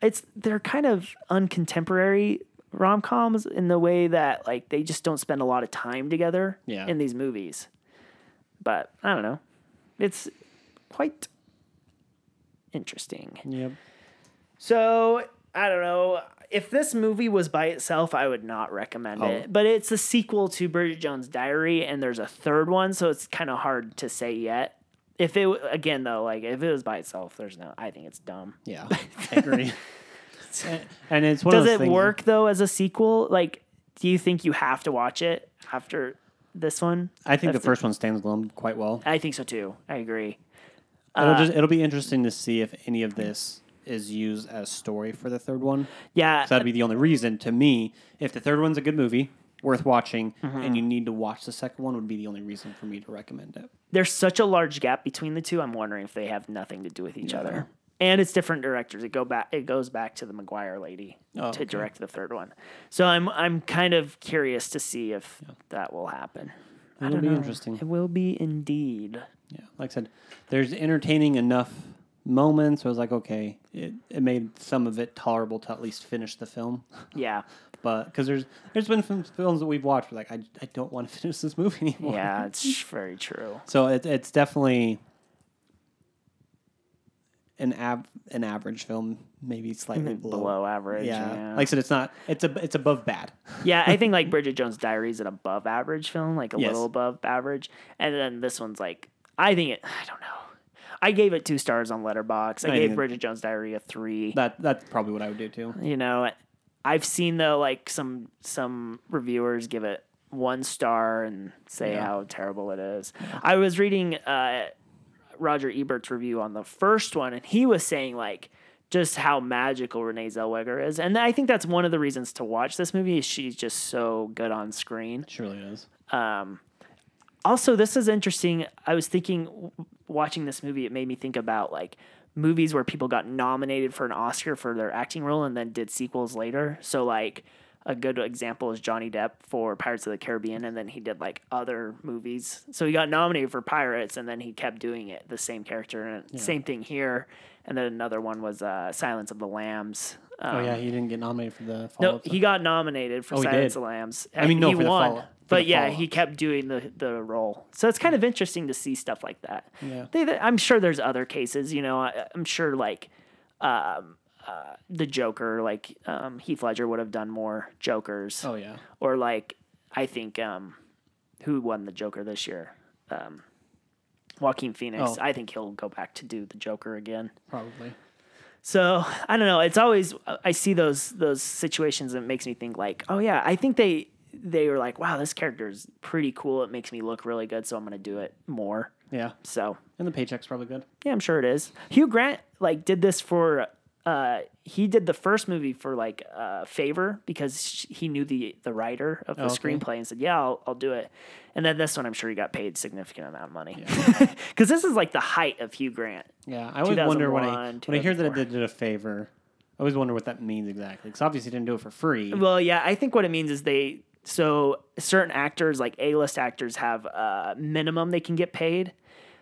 it's they're kind of uncontemporary rom-coms in the way that like they just don't spend a lot of time together
Yeah.
in these movies but i don't know it's quite interesting
Yep.
so i don't know if this movie was by itself i would not recommend
Oh.
it but it's a sequel to bridget jones diary and there's a third one so it's kind of hard to say yet if it again though like if it was by itself there's no i think it's dumb
Yeah, I agree. And- and it's one of
Does
those
it
things-
work though as a sequel? Like, do you think you have to watch it after this one?
I think the first one stands alone quite well.
I think so too. I agree. Uh,
it'll, just, it'll be interesting to see if any of this is used as story for the third one.
Yeah,
'Cause that'd be the only reason to me. If the third one's a good movie, worth watching,
Mm-hmm.
and you need to watch the second one, would be the only reason for me to recommend it.
there's such a large gap between the two. I'm wondering if they have nothing to do with each other. And it's different directors. It go back. It goes back to the McGuire lady
Oh,
to
okay.
direct the third one. So I'm I'm kind of curious to see if that will happen. I
It'll
don't
be
know.
interesting.
It will be indeed.
Yeah, like I said, there's entertaining enough moments. I was like, okay, it, it made some of it tolerable to at least finish the film.
Yeah,
But because there's there's been some films that we've watched, we're like I, I don't want to finish this movie anymore.
yeah, it's very true.
So it, it's definitely an av- an average film, maybe slightly below.
Below average.
Yeah.
yeah.
like I said, it's not. It's a it's above bad.
yeah, I think like Bridget Jones' Diary is an above average film, like a
Yes.
little above average, and then this one's like I think it. I don't know. I gave it two stars on Letterbox. I,
I
gave
think-
Bridget Jones' Diary a three.
That that's probably what I would do too.
you know, I've seen though like some some reviewers give it one star and say
Yeah.
how terrible it is. I was reading uh, Roger Ebert's review on the first one, and he was saying like just how magical Renee Zellweger is, and I think that's one of the reasons to watch this movie. Is she's just so good on screen.
Surely it is.
Um, also, this is interesting. I was thinking, w- watching this movie, it made me think about like movies where people got nominated for an Oscar for their acting role and then did sequels later. So, like, a good example is Johnny Depp for Pirates of the Caribbean, and then he did like other movies. So, he got nominated for Pirates, and then he kept doing it, the same character. And same thing here. And then another one was uh, Silence of the Lambs. Um,
Oh yeah, he didn't get nominated for the
no,
follow-up.
he got nominated for
Oh, he
Silence
did.
of the Lambs.
I mean, no,
he
for the
won,
follow- for
but
the
yeah,
follow-up.
he kept doing the the role. So it's kind of interesting to see stuff like that.
Yeah.
They, they- I'm sure there's other cases. You know, I, I'm sure like um, uh, the Joker, like um, Heath Ledger would have done more Jokers,
oh yeah,
or like I think um, who won the Joker this year. Um, Joaquin Phoenix.
Oh.
I think he'll go back to do the Joker again.
probably.
So I don't know. It's always I see those those situations and it makes me think like, oh yeah, I think they they were like, wow, this character is pretty cool. It makes me look really good, so I'm gonna do it more.
Yeah,
So
and the paycheck's probably good.
yeah, I'm sure it is. Hugh Grant like did this for uh he did the first movie for like uh favor because sh- he knew the the writer of the
Okay.
screenplay and said, "Yeah, I'll, I'll do it." And then this one, I'm sure he got paid significant amount of money. Cuz this is like the height of Hugh Grant.
Yeah, I always wonder when I
2001,
when I hear that it
2004.
did it a favor. I always wonder what that means exactly. Because obviously, he didn't do it for free.
Well, yeah, I think what it means is they so certain actors like A-list actors have a minimum they can get paid.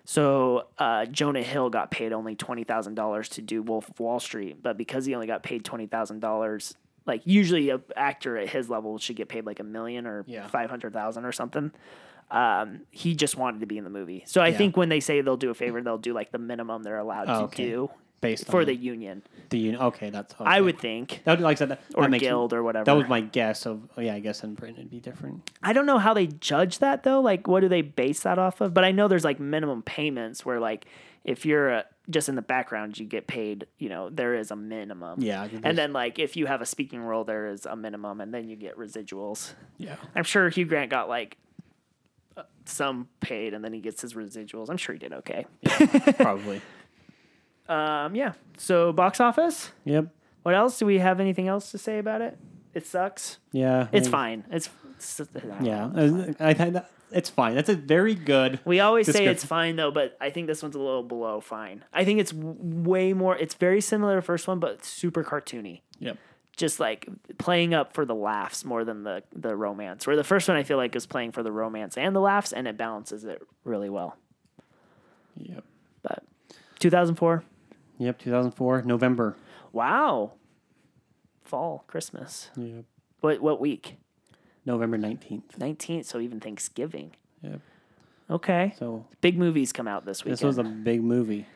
So uh, Jonah Hill got paid only twenty thousand dollars to do Wolf of Wall Street, but because he only got paid twenty thousand dollars, like usually a actor at his level should get paid like a million or
Yeah.
five hundred thousand or something. Um, he just wanted to be in the movie, so I think when they say they'll do a favor, they'll do like the minimum they're allowed
Oh,
to
okay.
do
based
for
on
the union.
the okay, that's okay.
I would think,
That would like I said that,
or
that makes,
guild or whatever.
That was my guess. Of oh, yeah, I guess in Britain it'd be different.
I don't know how they judge that though. Like, what do they base that off of? But I know there's like minimum payments where, like, if you're uh, just in the background, you get paid. You know, there is a minimum.
Yeah, I think
And then, like, if you have a speaking role, there is a minimum, and then you get residuals.
Yeah,
I'm sure Hugh Grant got like uh, some paid, and then he gets his residuals. I'm sure he did okay.
probably.
um, yeah. So box office.
Yep.
What else? Do we have anything else to say about it? It sucks.
Yeah.
It's
I mean,
fine. It's, it's
Mm. Yeah. Uh, I, I think that it's fine. That's a very good.
We always say it's
Description.
fine though, but I think this one's a little below fine. I think it's w- way more. It's very similar to the first one, but super cartoony.
Yep.
Just like playing up for the laughs more than the the romance. Where the first one I feel like is playing for the romance and the laughs, and it balances it really well.
Yep.
But 2004,
Yep. 2004 November.
wow, fall, Christmas.
Yep.
What what week?
November 19th.
19th. So even Thanksgiving.
Yep.
Okay,
So
big movies come out this weekend.
this was a big movie.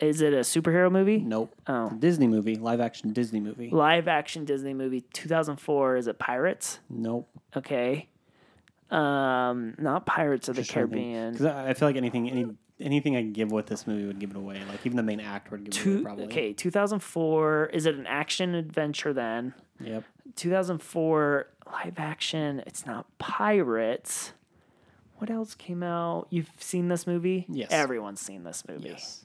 Is it a superhero movie?
Nope.
Oh.
It's a Disney movie, live action Disney movie.
live action Disney movie 2004 is it Pirates?
Nope.
Okay. Um not Pirates of the Caribbean.
Because I I feel like anything, any anything I give with this movie would give it away. Like even the main act would give it away
Two,
probably.
okay, 2004 is it an action adventure then?
Yep.
2004 live action, it's not Pirates. What else came out? You've seen this movie?
Yes.
Everyone's seen this movie.
Yes.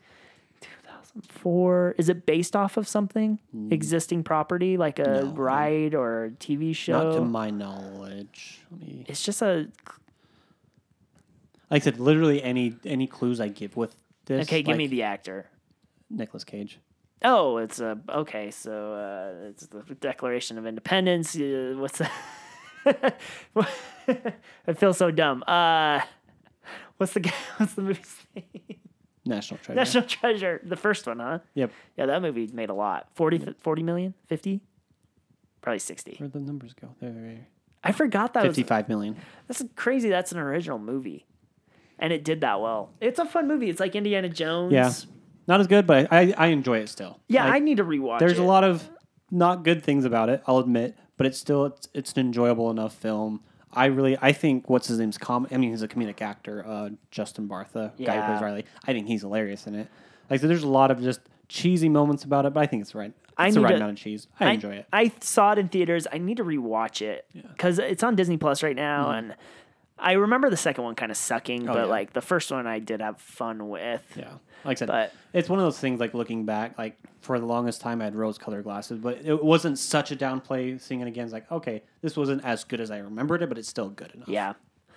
2004 is it based off of something existing property like a
Mm. No.
ride or a TV show?
Not to my knowledge. Let me-
it's just a
Like I said, literally any any clues I give with this.
Okay, give me
like
the actor.
Nicolas Cage.
Oh, it's a okay. So uh, it's the Declaration of Independence. Uh, what's that? I feel so dumb. Uh, what's the guy- what's the movie's name?
National Treasure.
National Treasure, the first one, huh?
Yep.
Yeah, that movie made a lot. 40, 40 million, 50, probably sixty.
Where'd the numbers go? There, there,
I forgot that
there.
was
Fifty-five million.
that's crazy. That's an original movie, and it did that well. It's a fun movie. It's like Indiana Jones.
Yeah. Not as good, but I, I, I enjoy it still.
yeah.
Like,
I need to rewatch.
there's
it.
a lot of not good things about it. I'll admit, but it's still it's, it's an enjoyable enough film. I really I think what's his name's com. I mean, he's a comedic actor, uh, Justin Bartha, guy who
Yeah.
plays Riley. I think he's hilarious in it. Like so there's a lot of just cheesy moments about it, but I think it's right.
I
It's the
need
right
to-
amount of cheese. I, enjoy it.
I saw it in theaters. I need to rewatch it because it's on Disney Plus right now, and I remember the second one kind of sucking, but
Mm-hmm. Oh, yeah.
like the first one, I did have fun with.
Yeah, like I said,
But-
it's one of those things. Like looking back, like for the longest time, I had rose-colored glasses, but it wasn't such a downplay. Seeing it again, it's like okay, this wasn't as good as I remembered it, but it's still good enough.
Yeah,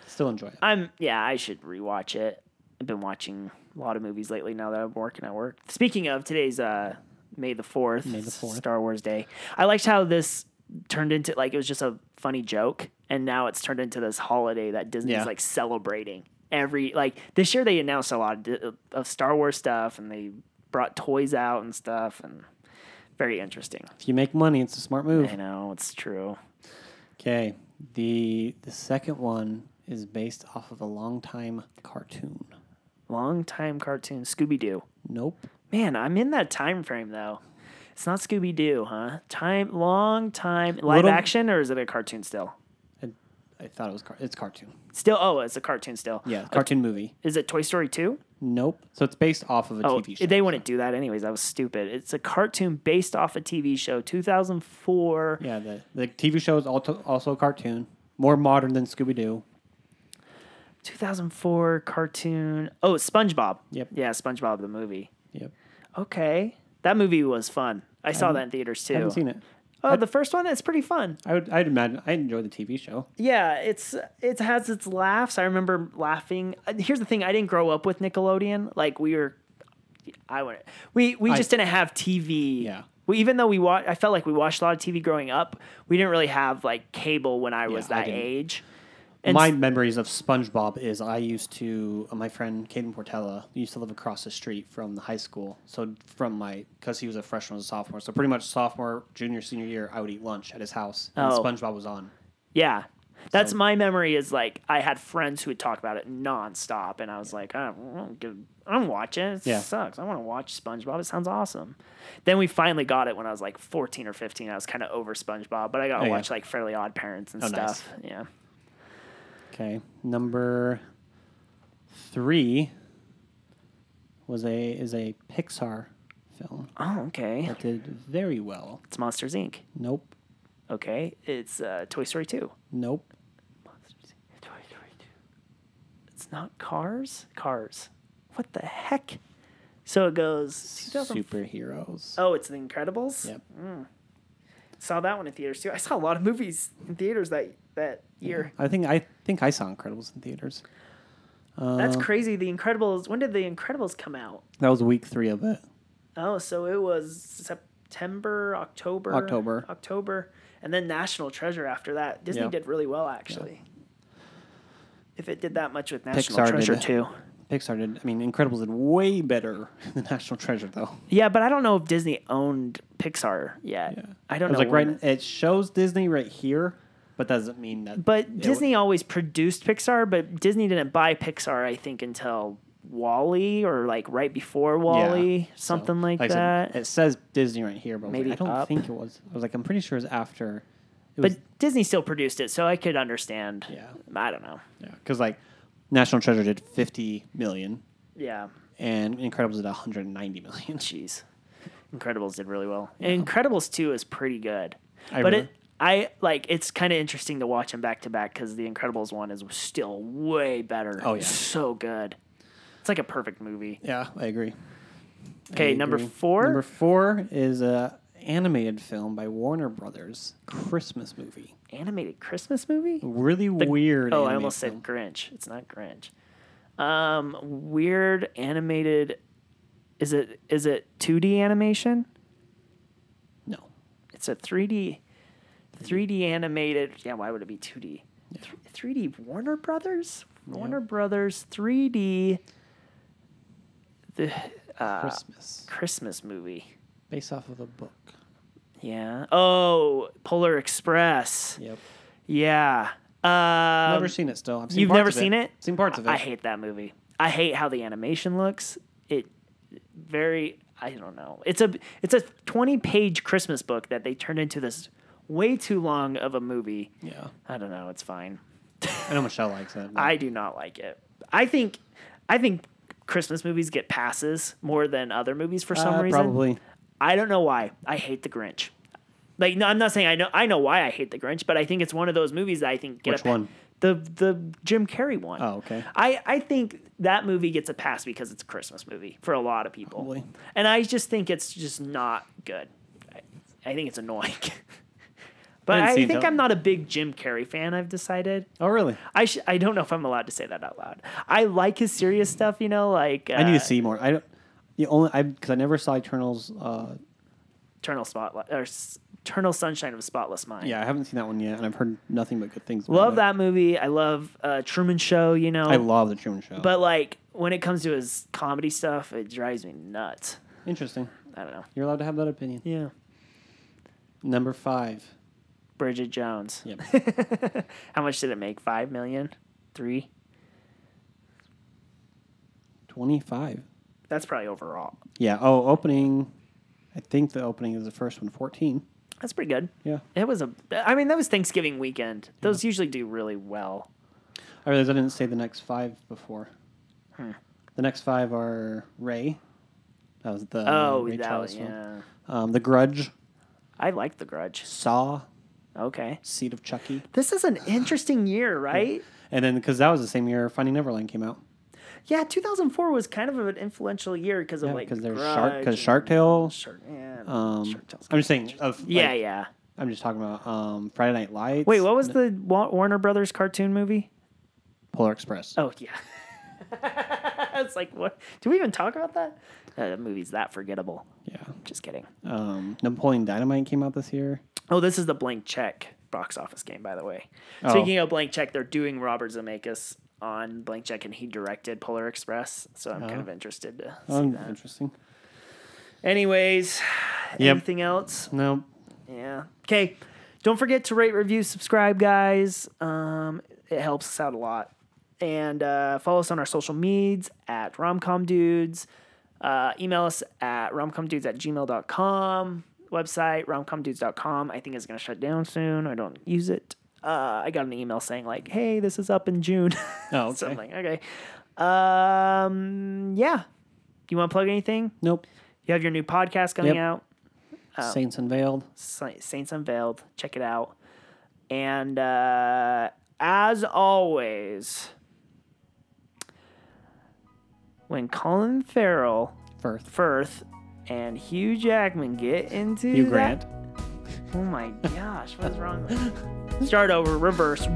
still enjoy it.
I'm. Yeah, I should rewatch it. I've been watching a lot of movies lately. Now that I'm working at work. Speaking of today's uh, May the fourth, May
the 4th.
Star Wars Day. I liked how this turned into like it was just a funny joke, and now it's turned into this holiday that Disney's
Yeah.
like celebrating every like this year they announced a lot of, di- of Star Wars stuff, and they brought toys out and stuff, and very interesting.
If you make money, it's a smart move.
I know it's true.
Okay. The the second one is based off of a longtime cartoon.
Long time cartoon Scooby Doo.
Nope.
Man, I'm in that time frame though. It's not Scooby Doo, huh? Time, long time, live
Little-
action, or is it a cartoon still?
I, I thought it was car- it's cartoon.
Still, oh, it's a cartoon still.
Yeah,
Uh,
cartoon movie.
Is it Toy Story two?
Nope. So it's based off of a
Oh,
TV show.
they wouldn't do that anyways. That was stupid. It's a cartoon based off a TV show, 2004.
yeah, the the TV show is also also a cartoon, more modern than Scooby Doo.
2004 cartoon. Oh, SpongeBob.
Yep.
Yeah, SpongeBob the movie.
Yep.
Okay, that movie was fun. I saw that in theaters too.
I haven't seen it.
Oh, the first one. It's pretty fun.
I would I'd imagine I enjoy the TV show.
Yeah, it's it has its laughs. I remember laughing. Uh, Here's the thing: I didn't grow up with Nickelodeon. Like we were, I wouldn't. We we
I-
just didn't have TV.
Yeah.
We, even though we watched, I felt like we watched a lot of TV growing up. We didn't really have like cable when I was
I
that
didn't.
age. And
my
s-
memories of SpongeBob is I used to uh, my friend Caden Portella used to live across the street from the high school. So from my because he was a freshman, and sophomore. So pretty much sophomore, junior, senior year, I would eat lunch at his house. And
Oh.
SpongeBob was on.
Yeah. That's my memory is like I had friends who would talk about it nonstop, and I was like, I don't, I don't give, I don't watch it. It
Yeah.
sucks. I want to watch SpongeBob. It sounds awesome. Then we finally got it when I was like 14 or 15. I was kind of over SpongeBob, but I got to
Oh, yeah.
watch like Fairly Odd Parents and
Oh, nice.
stuff. Yeah.
Okay, number three was a is a Pixar film
Oh, okay.
that did very well.
It's Monsters Inc.
Nope,
Okay. It's uh, Toy Story 2.
nope.
Monsters Inc. Toy Story 2. It's not Cars? Cars. What the heck? So it goes. 2000
Superheroes.
Oh, it's The Incredibles. Mm.
Yep.
Saw that one in theaters too. I saw a lot of movies in theaters that that year.
I think I think I saw Incredibles in theaters. Uh, Um,
That's crazy. The Incredibles. When did The Incredibles come out?
That was week three of it.
Oh, so it was September, October,
October.
October, and then National Treasure. After that, Disney
Yeah.
did really well actually. If it did that much with National
Pixar did
Treasure
it.
too.
Pixar did. I mean, Incredibles did way better than National Treasure, though.
Yeah, but I don't know if Disney owned Pixar yet. I don't
It was
know.
like
when-
right. It shows Disney right here, but doesn't mean that.
But
it
Disney always produced Pixar, but Disney didn't buy Pixar, I think, until Wally or like right before
wa-
Wally,
yeah.
something
So,
like,
I said,
that.
It says Disney right here, but I was like,
Maybe
I don't
up.
think it was. I was like, I'm pretty sure it was after. It
but
was,
Disney still produced it, so I could understand.
Yeah.
I don't know.
yeah, because like National Treasure did 50 million
Yeah.
and Incredibles did 190 million.
Jeez. Incredibles did really well. And Incredibles 2 is pretty good.
I
but
really-
it I like it's kind of interesting to watch them back to back cuz the Incredibles 1 is still way better.
Oh, yeah.
It's so good. It's like a perfect movie.
Yeah, I agree.
Okay,
I
number
agree.
4.
Number four is a animated film by Warner Brothers Christmas movie.
animated Christmas movie?
Really weird.
Oh, I
animated
almost said
film.
Grinch. It's not Grinch. Um, weird animated. Is it is it two D animation?
no.
It's a three D, three D animated. Yeah, why would it be two D? Three D Warner Brothers. Warner Brothers three D. The Uh,
Christmas
Christmas movie.
based off of the book.
Yeah. Oh, Polar Express.
Yep.
Yeah. Um,
Never seen it. Still, I've seen
you've
parts
never
of
seen it?
Seen parts of it.
I hate that movie. I hate how the animation looks. It very I don't know. It's a it's a 20 page Christmas book that they turned into this way too long of a movie.
Yeah,
I don't know, it's fine.
I know Michelle likes it. but-
I do not like it. I think I think Christmas movies get passes more than other movies for some
Uh,
reason.
Probably.
I don't know why. I hate the Grinch. Like no, I'm not saying I know I know why I hate the Grinch, but I think it's one of those movies that I think get
Which
a pa-
one?
The the Jim Carrey one.
Oh, okay.
I, I think that movie gets a pass because it's a Christmas movie for a lot of people.
Probably.
And I just think it's just not good. I, I think it's annoying. but
didn't
I,
see it,
think
though.
I'm not a big Jim Carrey fan, I've decided.
Oh, really?
I sh- I don't know if I'm allowed to say that out loud. I like his serious stuff, you know, like uh,
I need to see more. I don't. The only I because I never saw Eternals. Uh,
Eternal Spotlight or S- Eternal Sunshine of a Spotless Mind.
yeah, I haven't seen that one yet, and I've heard nothing but good things. about
Love
it.
that movie. I love uh, Truman Show, you know.
I love the Truman Show.
but like when it comes to his comedy stuff, it drives me nuts.
interesting.
I don't know.
You're allowed to have that opinion.
Yeah.
Number five.
Bridget Jones.
Yep.
How much did it make? Five million? Three?
Twenty-five.
That's probably overall.
Yeah. Oh, opening. I think the opening is the first one. Fourteen.
That's pretty good.
Yeah.
It was a. I mean, that was Thanksgiving weekend. Those usually do really well.
I realize I didn't say the next five before.
Hmm.
The next five are Ray. That was the
Oh,
Ray
that
Charles
was
film.
yeah.
Um, the Grudge,
I like The Grudge.
Saw,
Okay.
Seed of Chucky,
This is an interesting year, right?
and then because that was the same year Finding Neverland came out.
Yeah, 2004 was kind of an influential year because of
Yeah,
like
because there's
Grudge
Shark, because
and-
Shark Tale.
Shark, yeah,
Um,
Shark Tale's
I'm just saying. Of, like,
yeah, yeah.
I'm just talking about um, Friday Night Lights.
Wait, what was the Wa- Warner Brothers cartoon movie?
Polar Express?
Oh yeah. it's like what? Do we even talk about that? Uh, that movie's that forgettable.
Yeah.
Just kidding.
Um, Napoleon Dynamite came out this year.
Oh, this is the blank check box office game, by the way.
Oh.
Speaking of blank check, they're doing Robert Zemeckis on blank check, and he directed Polar Express, so I'm
Oh.
kind of interested to see
Um,
that.
interesting.
Anyways,
Yep.
anything else?
No.
Yeah. Okay. Don't forget to rate, review, subscribe, guys. Um, it helps us out a lot. And uh, follow us on our social medias at romcom dudes. Uh, email us at romcomdudes at gmail.com. Website romcomdudes.com. I think it's going to shut down soon. I don't use it. Uh, I got an email saying, like, hey, this is up in June.
Oh, okay.
so I'm like, okay. Um, yeah. You want to plug anything?
Nope.
You have your new podcast coming
Yep.
out. Oh.
Saints Unveiled.
Sa- Saints Unveiled. Check it out. And uh, as always, when Colin Farrell
Farrell. Firth.
Firth and Hugh Jackman get into
Hugh
that-
Grant.
Oh my gosh, what's wrong? with Start over, reverse.